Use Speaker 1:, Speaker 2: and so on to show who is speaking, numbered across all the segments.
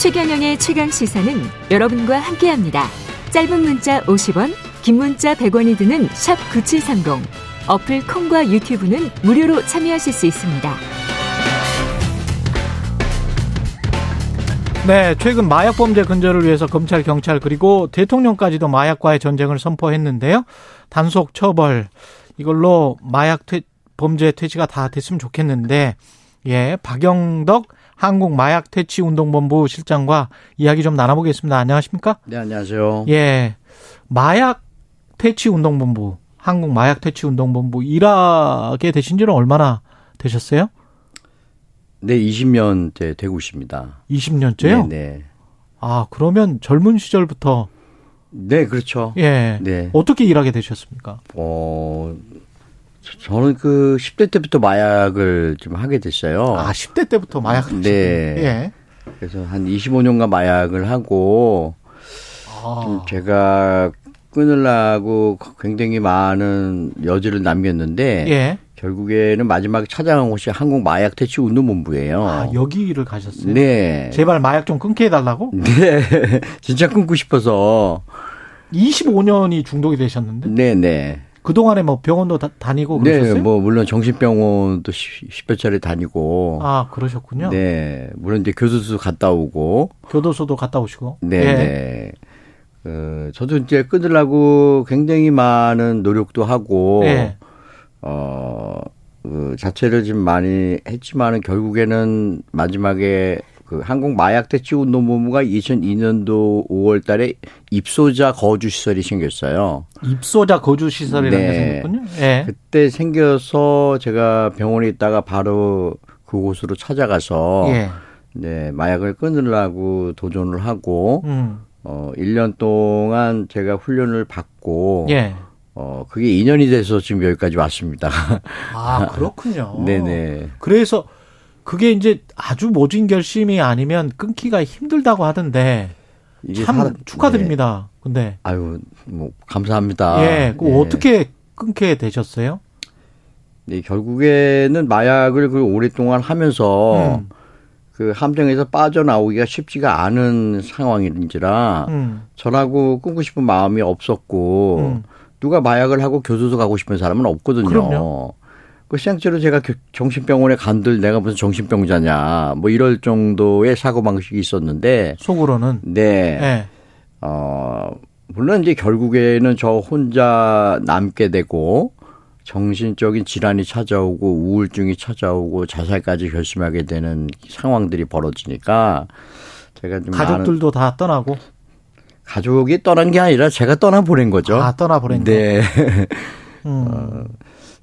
Speaker 1: 최경영의 최강 시사는 여러분과 함께합니다. 짧은 문자 50원, 긴 문자 100원이 드는 샵 #9730 어플 콩과 유튜브는 무료로 참여하실 수 있습니다.
Speaker 2: 네, 최근 마약 범죄 근절을 위해서 검찰, 경찰 그리고 대통령까지도 마약과의 전쟁을 선포했는데요. 단속 처벌 이걸로 마약 퇴, 범죄 퇴치가 다 됐으면 좋겠는데 예, 박영덕 한국 마약 퇴치 운동본부 실장과 이야기 좀 나눠보겠습니다. 안녕하십니까?
Speaker 3: 네, 안녕하세요.
Speaker 2: 예, 마약 퇴치 운동본부 한국 마약 퇴치 운동본부 일하게 되신 지는 얼마나 되셨어요?
Speaker 3: 네, 20년째 되고 있습니다.
Speaker 2: 20년째요?
Speaker 3: 네, 네.
Speaker 2: 아, 그러면 젊은 시절부터
Speaker 3: 네, 그렇죠.
Speaker 2: 예.
Speaker 3: 네.
Speaker 2: 어떻게 일하게 되셨습니까?
Speaker 3: 어, 저- 저는 그 10대 때부터 마약을 좀 하게 됐어요.
Speaker 2: 아, 10대 때부터 마약 하셨군요.
Speaker 3: 네.
Speaker 2: 예.
Speaker 3: 그래서 한 25년간 마약을 하고 좀
Speaker 2: 아,
Speaker 3: 제가 끊으려고 굉장히 많은 여지를 남겼는데
Speaker 2: 예.
Speaker 3: 결국에는 마지막에 찾아간 곳이 한국 마약 퇴치 운동본부예요.
Speaker 2: 아, 여기를 가셨어요?
Speaker 3: 네.
Speaker 2: 제발 마약 좀 끊게 해달라고?
Speaker 3: 네. 진짜 끊고 싶어서
Speaker 2: 25년이 중독이 되셨는데
Speaker 3: 네, 네.
Speaker 2: 그동안에 뭐 병원도 다, 다니고
Speaker 3: 네,
Speaker 2: 그러셨어요?
Speaker 3: 뭐 물론 정신병원도 십- 십여 차례 다니고,
Speaker 2: 아, 그러셨군요.
Speaker 3: 네, 물론 이제 교도소 갔다 오고,
Speaker 2: 교도소도 갔다 오시고.
Speaker 3: 네,
Speaker 2: 예.
Speaker 3: 네. 어, 저도 이제 끊으려고 굉장히 많은 노력도 하고,
Speaker 2: 예.
Speaker 3: 어, 그 자체를 좀 많이 했지만은 결국에는 마지막에 그 한국 마약 퇴치 운동본부가 2002년도 5월달에 입소자 거주 시설이 생겼어요.
Speaker 2: 입소자 거주 시설이라는 게
Speaker 3: 네.
Speaker 2: 생겼군요. 예.
Speaker 3: 그때 생겨서 제가 병원에 있다가 바로 그곳으로 찾아가서
Speaker 2: 예.
Speaker 3: 네, 마약을 끊으려고 도전을 하고
Speaker 2: 음.
Speaker 3: 어 1년 동안 제가 훈련을 받고
Speaker 2: 예.
Speaker 3: 어 그게 2년이 돼서 지금 여기까지 왔습니다.
Speaker 2: 아, 그렇군요.
Speaker 3: 네, 네.
Speaker 2: 그래서 그게 이제 아주 모진 결심이 아니면 끊기가 힘들다고 하던데
Speaker 3: 이게
Speaker 2: 참
Speaker 3: 사람- 네.
Speaker 2: 축하드립니다. 근데
Speaker 3: 아유, 뭐 감사합니다.
Speaker 2: 예, 그
Speaker 3: 네.
Speaker 2: 어떻게 끊게 되셨어요?
Speaker 3: 네, 결국에는 마약을 그 오랫동안 하면서
Speaker 2: 음.
Speaker 3: 그 함정에서 빠져나오기가 쉽지가 않은 상황인지라
Speaker 2: 음,
Speaker 3: 저라고 끊고 싶은 마음이 없었고
Speaker 2: 음.
Speaker 3: 누가 마약을 하고 교도소 가고 싶은 사람은 없거든요.
Speaker 2: 그럼요.
Speaker 3: 그 실제로 제가 교- 정신병원에 간들 내가 무슨 정신병자냐 뭐 이럴 정도의 사고 방식이 있었는데
Speaker 2: 속으로는
Speaker 3: 네.
Speaker 2: 예,
Speaker 3: 어 물론 이제 결국에는 저 혼자 남게 되고 정신적인 질환이 찾아오고 우울증이 찾아오고 자살까지 결심하게 되는 상황들이 벌어지니까 제가 좀 많은-
Speaker 2: 가족들도 다 떠나고
Speaker 3: 가족이 떠난 게 아니라 제가 떠나 보낸 거죠.
Speaker 2: 다 떠나버린 거.
Speaker 3: 네. 어,
Speaker 2: 음,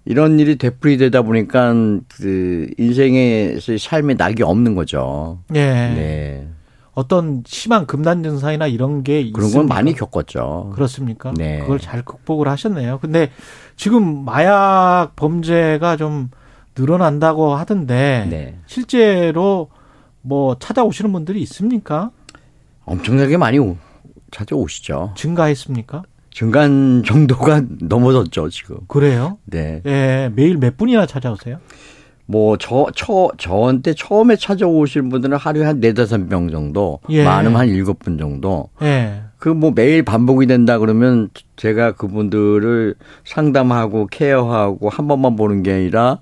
Speaker 3: 이런 일이 되풀이 되다 보니까 그 인생에서 삶에 낙이 없는 거죠.
Speaker 2: 예,
Speaker 3: 네.
Speaker 2: 어떤 심한 금단 증상이나 이런 게
Speaker 3: 그런
Speaker 2: 있습니까?
Speaker 3: 건 많이 겪었죠.
Speaker 2: 그렇습니까?
Speaker 3: 네.
Speaker 2: 그걸 잘 극복을 하셨네요. 근데 지금 마약 범죄가 좀 늘어난다고 하던데
Speaker 3: 네.
Speaker 2: 실제로 뭐 찾아오시는 분들이 있습니까?
Speaker 3: 엄청나게 많이 오- 찾아오시죠.
Speaker 2: 증가했습니까?
Speaker 3: 중간 정도가 넘어졌죠, 지금.
Speaker 2: 그래요?
Speaker 3: 네.
Speaker 2: 예, 매일 몇 분이나 찾아오세요?
Speaker 3: 뭐, 저, 저, 저한테 처음에 찾아오신 분들은 하루에 한 네다섯 명 정도,
Speaker 2: 예.
Speaker 3: 많으면 한 일곱 분 정도.
Speaker 2: 예.
Speaker 3: 그 뭐 매일 반복이 된다 그러면 제가 그분들을 상담하고 케어하고 한 번만 보는 게 아니라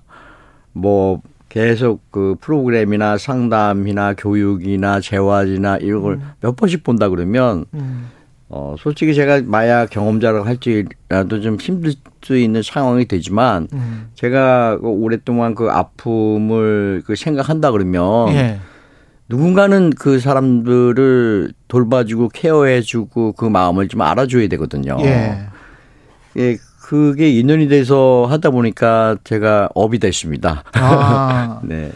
Speaker 3: 뭐 계속 그 프로그램이나 상담이나 교육이나 재활이나 이런 걸 몇 번씩 본다 그러면
Speaker 2: 음.
Speaker 3: 어 솔직히 제가 마약 경험자라고 할지라도 좀 힘들 수 있는 상황이 되지만
Speaker 2: 음.
Speaker 3: 제가 그 오랫동안 그 아픔을 그 생각한다 그러면
Speaker 2: 예.
Speaker 3: 누군가는 그 사람들을 돌봐주고 케어해주고 그 마음을 좀 알아줘야 되거든요.
Speaker 2: 예.
Speaker 3: 예, 그게 인연이 돼서 하다 보니까 제가 업이 됐습니다.
Speaker 2: 아,
Speaker 3: 네.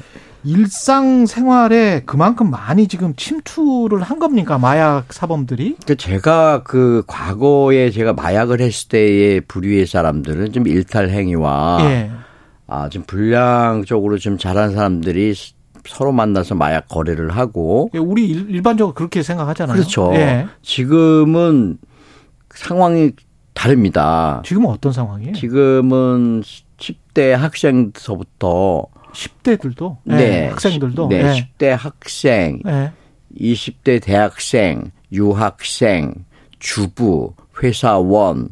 Speaker 2: 일상생활에 그만큼 많이 지금 침투를 한 겁니까? 마약 사범들이?
Speaker 3: 그 제가 그 과거에 제가 마약을 했을 때의 부류의 사람들은 좀 일탈 행위와
Speaker 2: 예.
Speaker 3: 아, 좀 불량적으로 좀 잘한 사람들이 서로 만나서 마약 거래를 하고
Speaker 2: 예, 우리 일, 일반적으로 그렇게 생각하잖아요.
Speaker 3: 그렇죠.
Speaker 2: 예.
Speaker 3: 지금은 상황이 다릅니다.
Speaker 2: 지금은 어떤 상황이에요?
Speaker 3: 지금은 10대 학생서부터
Speaker 2: 10대들도? 예,
Speaker 3: 네
Speaker 2: 학생들도?
Speaker 3: 네,
Speaker 2: 예.
Speaker 3: 10대 학생
Speaker 2: 예.
Speaker 3: 20대 대학생, 유학생, 주부, 회사원,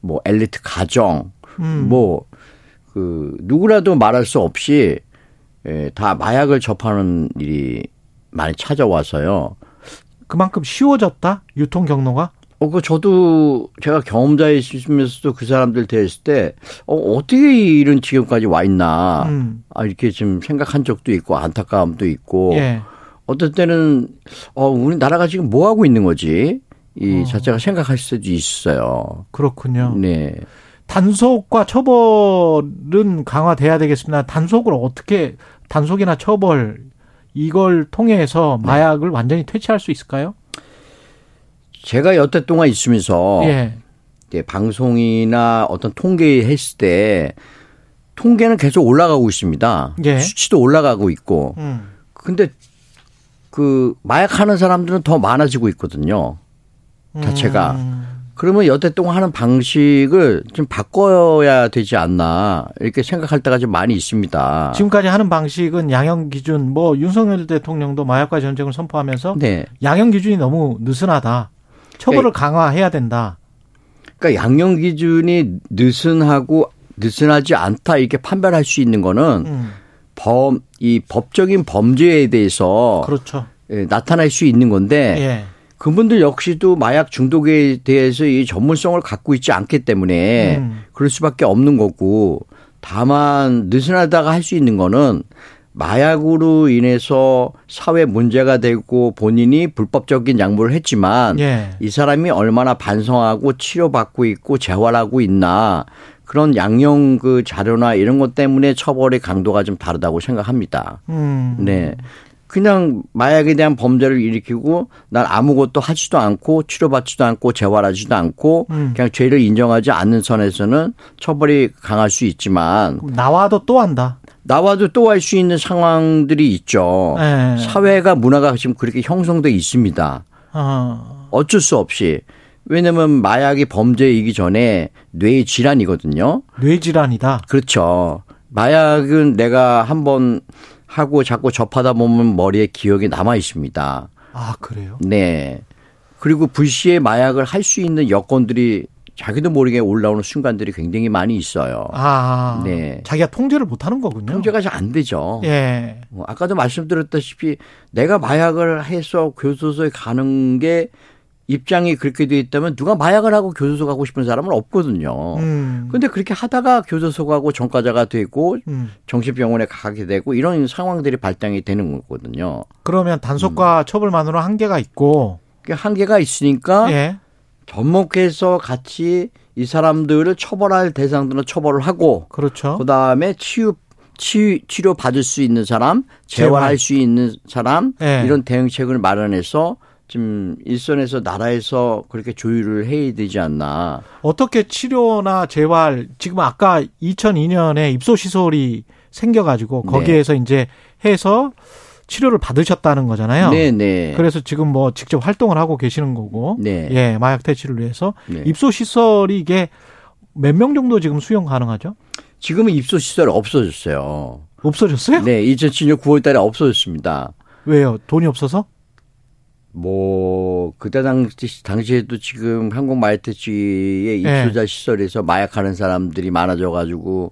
Speaker 3: 뭐 엘리트 가정,
Speaker 2: 음.
Speaker 3: 뭐 그 누구라도 말할 수 없이 예, 다 마약을 접하는 일이 많이 찾아와서요.
Speaker 2: 그만큼 쉬워졌다 유통 경로가
Speaker 3: 어, 그 저도 제가 경험자이시면서도 그 사람들 대했을 때 어, 어떻게 이런 지경까지 와 있나
Speaker 2: 음.
Speaker 3: 아, 이렇게 좀 생각한 적도 있고 안타까움도 있고
Speaker 2: 예.
Speaker 3: 어떤 때는 어 우리 나라가 지금 뭐 하고 있는 거지
Speaker 2: 어.
Speaker 3: 이 자체가 생각할 수도 있어요.
Speaker 2: 그렇군요.
Speaker 3: 네.
Speaker 2: 단속과 처벌은 강화돼야 되겠습니다. 단속을 어떻게 단속이나 처벌 이걸 통해서 마약을 완전히 퇴치할 수 있을까요?
Speaker 3: 제가 여태 동안 있으면서
Speaker 2: 예.
Speaker 3: 이제 방송이나 어떤 통계했을 때 통계는 계속 올라가고 있습니다.
Speaker 2: 예.
Speaker 3: 수치도 올라가고 있고.
Speaker 2: 음.
Speaker 3: 근데 그 마약하는 사람들은 더 많아지고 있거든요. 자체가.
Speaker 2: 음.
Speaker 3: 그러면 여태 동안 하는 방식을 좀 바꿔야 되지 않나 이렇게 생각할 때가 좀 많이 있습니다.
Speaker 2: 음. 지금까지 하는 방식은 양형 기준 뭐 윤석열 대통령도 마약과 전쟁을 선포하면서
Speaker 3: 네.
Speaker 2: 양형 기준이 너무 느슨하다. 처벌을 강화해야 된다.
Speaker 3: 그러니까 양형 기준이 느슨하고 느슨하지 않다 이렇게 판별할 수 있는 거는
Speaker 2: 음.
Speaker 3: 범 이 법적인 범죄에 대해서
Speaker 2: 그렇죠.
Speaker 3: 예, 나타날 수 있는 건데
Speaker 2: 예.
Speaker 3: 그분들 역시도 마약 중독에 대해서 이 전문성을 갖고 있지 않기 때문에
Speaker 2: 음.
Speaker 3: 그럴 수밖에 없는 거고 다만 느슨하다가 할 수 있는 거는 마약으로 인해서 사회 문제가 되고 본인이 불법적인 양보를 했지만
Speaker 2: 예.
Speaker 3: 이 사람이 얼마나 반성하고 치료받고 있고 재활하고 있나 그런 양형 그 자료나 이런 것 때문에 처벌의 강도가 좀 다르다고 생각합니다.
Speaker 2: 음.
Speaker 3: 네. 그냥 마약에 대한 범죄를 일으키고 난 아무것도 하지도 않고 치료받지도 않고 재활하지도 않고
Speaker 2: 음.
Speaker 3: 그냥 죄를 인정하지 않는 선에서는 처벌이 강할 수 있지만
Speaker 2: 그럼 나와도 또 한다.
Speaker 3: 나와도 또 할 수 있는 상황들이 있죠.
Speaker 2: 예.
Speaker 3: 사회가 문화가 지금 그렇게 형성돼 있습니다.
Speaker 2: 어.
Speaker 3: 어쩔 수 없이 왜냐면 마약이 범죄이기 전에 뇌의 질환이거든요.
Speaker 2: 뇌질환이다.
Speaker 3: 그렇죠. 마약은 내가 한번 하고 자꾸 접하다 보면 머리에 기억이 남아 있습니다.
Speaker 2: 아 그래요?
Speaker 3: 네. 그리고 불시에 마약을 할 수 있는 여건들이 자기도 모르게 올라오는 순간들이 굉장히 많이 있어요.
Speaker 2: 아,
Speaker 3: 네.
Speaker 2: 자기가 통제를 못하는 거군요.
Speaker 3: 통제가 잘 안 되죠.
Speaker 2: 예,
Speaker 3: 뭐 아까도 말씀드렸다시피 내가 마약을 해서 교도소에 가는 게 입장이 그렇게 돼 있다면 누가 마약을 하고 교도소 가고 싶은 사람은 없거든요.
Speaker 2: 음,
Speaker 3: 근데 어. 그렇게 하다가 교도소 가고 전과자가 되고
Speaker 2: 음.
Speaker 3: 정신병원에 가게 되고 이런 상황들이 발생이 되는 거거든요.
Speaker 2: 그러면
Speaker 3: 음.
Speaker 2: 단속과 처벌만으로 한계가 있고,
Speaker 3: 그 한계가 있으니까
Speaker 2: 예,
Speaker 3: 접목해서 같이 이 사람들을 처벌할 대상들은 처벌을 하고
Speaker 2: 그렇죠.
Speaker 3: 그다음에 치유 치, 치료 받을 수 있는 사람, 재활할
Speaker 2: 재활.
Speaker 3: 수 있는 사람
Speaker 2: 예.
Speaker 3: 이런 대응책을 마련해서 지금 일선에서 나라에서 그렇게 조율을 해야 되지 않나.
Speaker 2: 어떻게 치료나 재활 지금 아까 2002년에 입소 시설이 생겨가지고
Speaker 3: 네.
Speaker 2: 거기에서 이제 해서 치료를 받으셨다는 거잖아요.
Speaker 3: 네, 네.
Speaker 2: 그래서 지금 뭐 직접 활동을 하고 계시는 거고,
Speaker 3: 네.
Speaker 2: 예, 마약 퇴치를 위해서
Speaker 3: 네.
Speaker 2: 입소 시설이 이게 몇 명 정도 지금 수용 가능하죠?
Speaker 3: 지금은 입소 시설 없어졌어요.
Speaker 2: 없어졌어요?
Speaker 3: 네, 2007년 9월 달에 없어졌습니다.
Speaker 2: 왜요? 돈이 없어서?
Speaker 3: 뭐 그때 당시 당시에도 지금 한국 마약퇴치의
Speaker 2: 예.
Speaker 3: 입소자 시설에서 마약하는 사람들이 많아져가지고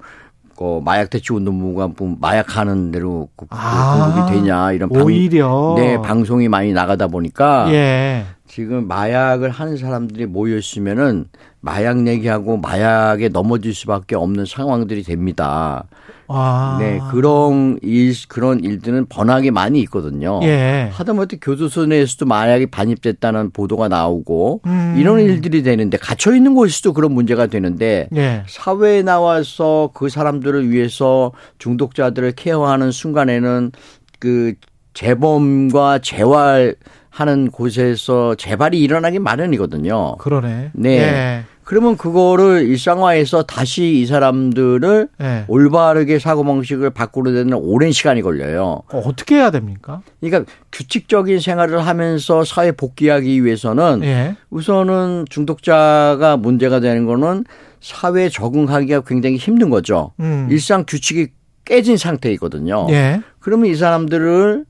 Speaker 3: 그 마약퇴치 운동부가 뭐 마약하는 대로 그- 그
Speaker 2: 아,
Speaker 3: 공급이 되냐 이런 방,
Speaker 2: 오히려
Speaker 3: 네 방송이 많이 나가다 보니까
Speaker 2: 예.
Speaker 3: 지금 마약을 하는 사람들이 모여 있으면은 마약 얘기하고 마약에 넘어질 수밖에 없는 상황들이 됩니다.
Speaker 2: 아.
Speaker 3: 네 그런 일 그런 일들은 번학이 많이 있거든요.
Speaker 2: 예.
Speaker 3: 하다못해 교도소 내에서도 마약이 반입됐다는 보도가 나오고
Speaker 2: 음.
Speaker 3: 이런 일들이 되는데 갇혀 있는 곳에서도 그런 문제가 되는데
Speaker 2: 예.
Speaker 3: 사회에 나와서 그 사람들을 위해서 중독자들을 케어하는 순간에는 그 재범과 재활하는 곳에서 재발이 일어나기 마련이거든요.
Speaker 2: 그러네. 예.
Speaker 3: 네. 그러면 그거를 일상화해서 다시 이 사람들을
Speaker 2: 예. 예.
Speaker 3: 올바르게 사고방식을 바꾸려 되는 오랜 시간이 걸려요.
Speaker 2: 어, 어떻게 해야 됩니까?
Speaker 3: 그러니까 규칙적인 생활을 하면서 사회 복귀하기 위해서는
Speaker 2: 예.
Speaker 3: 우선은 중독자가 문제가 되는 거는 사회에 적응하기가 굉장히 힘든 거죠.
Speaker 2: 음.
Speaker 3: 일상 어. 규칙이 깨진 상태이거든요.
Speaker 2: 예.
Speaker 3: 그러면 이 사람들을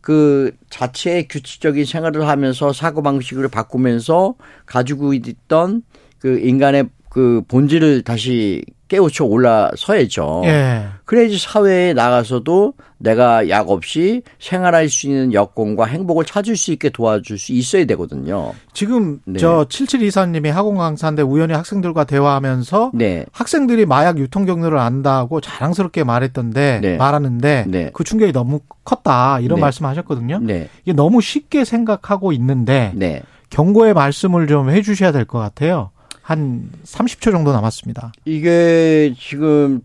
Speaker 3: 그 자체의 규칙적인 생활을 하면서 사고 방식을 바꾸면서 가지고 있던 그 인간의 그 본질을 다시 깨우쳐 올라서야죠.
Speaker 2: 예.
Speaker 3: 그래야지 사회에 나가서도 내가 약 없이 생활할 수 있는 여건과 행복을 찾을 수 있게 도와줄 수 있어야 되거든요.
Speaker 2: 지금
Speaker 3: 네.
Speaker 2: 저 7724님이 학원 강사인데 우연히 학생들과 대화하면서
Speaker 3: 네.
Speaker 2: 학생들이 마약 유통 경로를 안다고 자랑스럽게 말했던데
Speaker 3: 네.
Speaker 2: 말하는데
Speaker 3: 네.
Speaker 2: 그 충격이 너무 컸다 이런
Speaker 3: 네.
Speaker 2: 말씀하셨거든요.
Speaker 3: 네.
Speaker 2: 이게 너무 쉽게 생각하고 있는데
Speaker 3: 네.
Speaker 2: 경고의 말씀을 좀 해주셔야 될 것 같아요. 한 30초 정도 남았습니다.
Speaker 3: 이게 지금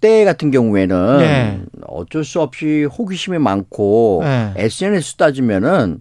Speaker 3: 10대 같은 경우에는
Speaker 2: 네.
Speaker 3: 어쩔 수 없이 호기심이 많고
Speaker 2: 네.
Speaker 3: SNS 따지면은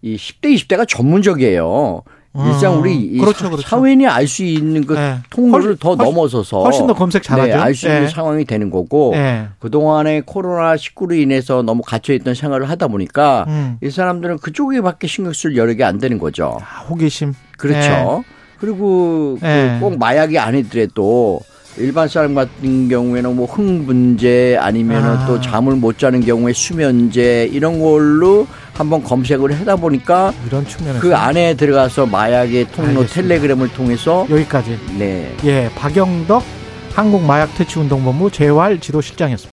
Speaker 3: 이 10대 20대가 전문적이에요.
Speaker 2: 음,
Speaker 3: 일상 우리 이
Speaker 2: 그렇죠,
Speaker 3: 사-
Speaker 2: 그렇죠.
Speaker 3: 사회인이 알 수 있는 그
Speaker 2: 네.
Speaker 3: 통로를
Speaker 2: 훨씬-
Speaker 3: 더
Speaker 2: 훨씬-
Speaker 3: 넘어서서
Speaker 2: 훨씬 더 검색 잘하죠.
Speaker 3: 네, 알 수 있는
Speaker 2: 네.
Speaker 3: 상황이 되는 거고
Speaker 2: 예.
Speaker 3: 그동안에 코로나 19로 인해서 너무 갇혀 있던 생활을 하다 보니까
Speaker 2: 음.
Speaker 3: 이 사람들은 그쪽에밖에 신경 쓸 여력이 안 되는 거죠.
Speaker 2: 아, 호기심.
Speaker 3: 그렇죠. 그리고 그
Speaker 2: 네.
Speaker 3: 꼭 마약이 아니더라도 일반 사람 같은 경우에는 뭐 흥분제 아니면
Speaker 2: 아.
Speaker 3: 은또 잠을 못 자는 경우에 수면제 이런 걸로 한번 검색을 하다 보니까
Speaker 2: 이런 측면에서
Speaker 3: 그 안에 들어가서 마약의 통로
Speaker 2: 네. 알겠습니다.
Speaker 3: 텔레그램을 통해서
Speaker 2: 여기까지.
Speaker 3: 네
Speaker 2: 예, 박영덕 한국마약퇴치운동본부 재활지도실장이었습니다.